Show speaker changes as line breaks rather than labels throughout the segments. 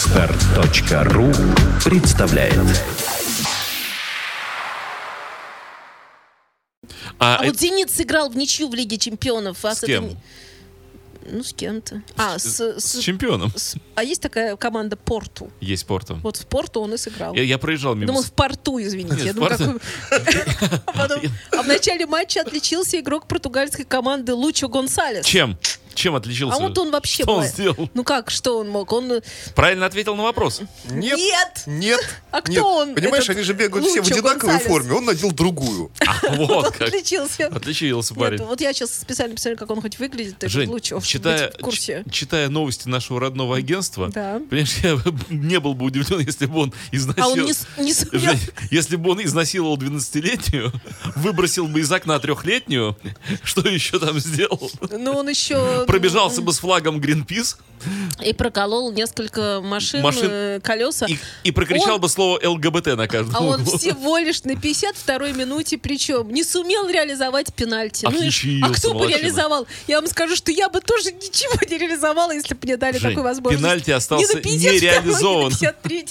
Отстар.ру представляет
А,
А
э,
вот «Зенит» сыграл в ничью в Лиге чемпионов. Вас
с
это
кем?
не- Ну, с кем-то. А, с,
С
с-
чемпионом.
с- а есть такая команда «Порту».
Есть портом.
Вот в «Порту» он и сыграл.
Я, я проезжал мимо.
Думал,
с-
в порту, извините.
Нет,
Я
в
думаю,
порту.
какой- А потом- а в начале матча отличился игрок португальской команды Лучо Гонсалес.
Чем? Чем отличился?
А вот он вообще...
Что он
был-
сделал?
Ну как, что он мог? Он... э,
Правильно ответил на вопрос.
Нет.
Нет!
Нет.
А кто
нет.
он,
Понимаешь,
этот
они же бегают все в
Лучо
одинаковой
Гонсалес?
форме. Он надел другую.
А, вот как.
Отличился.
Отличился
Нет,
парень.
вот я сейчас специально посмотрю, как он хоть выглядит. этот
Жень,
Лучо, чтобы
читая,
быть в курсе.
ч- читая новости нашего родного агентства,
Да.
понимаешь, я бы не был бы удивлен, если бы он изнасиловал...
А он не, с- не сумел.
Жень, если бы он изнасиловал 12-летнюю, выбросил бы из окна трехлетнюю, что еще там сделал?
Ну, он еще...
Пробежался бы с флагом Гринпис
И проколол несколько машин,
Машин.
э, колеса.
и, и прокричал
Он-
бы слово ЛГБТ на каждом
А он
углу.
всего лишь на 52-й минуте, причем не сумел реализовать пенальти. Ну и-
Отличился,
а кто бы
молодчина.
реализовал? Я вам скажу, что я бы тоже ничего не реализовала, если бы мне дали
Жень,
такую возможность.
пенальти остался
Ни на 52-й, ни на
нереализован.
53-й.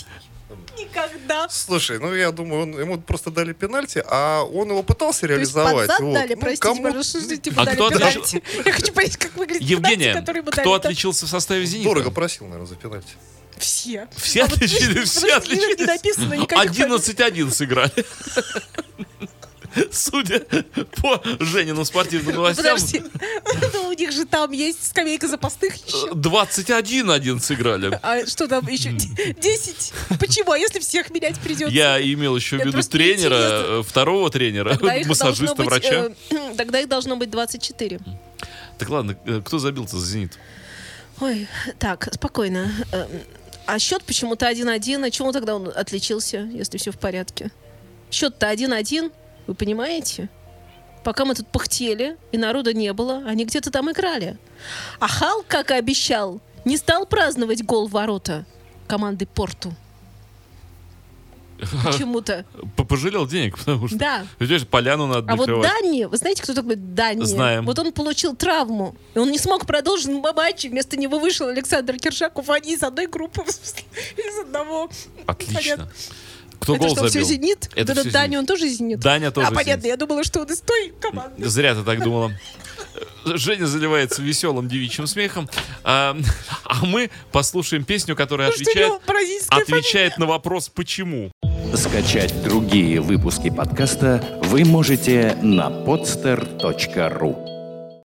Никогда.
Слушай, ну я думаю, он, ему просто дали пенальти, а он его пытался
То есть
реализовать.
подзад
Вот.
дали,
Ну,
простите,
кому-
пожалуйста, что типа
А
дали
кто отличил-
пенальти. Я хочу понять, как выглядит пенальти,
Евгения,
который ему дали.
кто
Там
отличился в составе «Зенита»?
Дорого просил, наверное, за пенальти.
Все.
Все
А вот видишь,
отличились, все
подожди, видишь, Не
отличились.
написано
11-1
никаких
сыграли. Судя по Женину спортивным новостям,
Подожди, ну у них же там есть скамейка запасных
Э,
еще.
21-1 сыграли.
А что там еще? Д- Десять? Почему? А если всех менять придется?
Я имел еще в
Это
виду
просто
тренера,
интересно.
э, второго тренера,
Тогда их
массажиста,
должно быть,
врача.
э, тогда их должно быть 24.
Так ладно, э, кто забил-то за «Зенит»?
Ой, так, спокойно. Эм, А счет почему-то 1-1. А чему тогда он отличился, если все в порядке? Счет-то 1-1, вы понимаете? Пока мы тут пыхтели, и народа не было, они где-то там играли. А Хал, как и обещал, не стал праздновать гол в ворота команды Порту. Почему-то.
П- Пожалел денег, потому что...
Да.
Видишь, поляну надо
А вот
накрывать.
Дани, вы знаете, кто такой Дани?
Знаем.
Вот он получил травму. И он не смог продолжить матч. и Вместо него вышел Александр Киршаков. Они из одной группы, в смысле, из одного.
Отлично.
Понятно.
Кто
Это
гол
что, все
забил?
«Зенит»?
Это
Вот этот
всё
Дани,
«Зенит».
он тоже из «Зенит»?
Даня тоже
А, понятно,
«Зенит».
я думала, что он из той команды.
Зря ты так думала. Женя заливается веселым девичьим смехом. А, а мы послушаем песню, которая
Потому что у него
отвечает,
бразильская
отвечает на вопрос «Почему?».
Скачать другие выпуски подкаста вы можете на podster.ru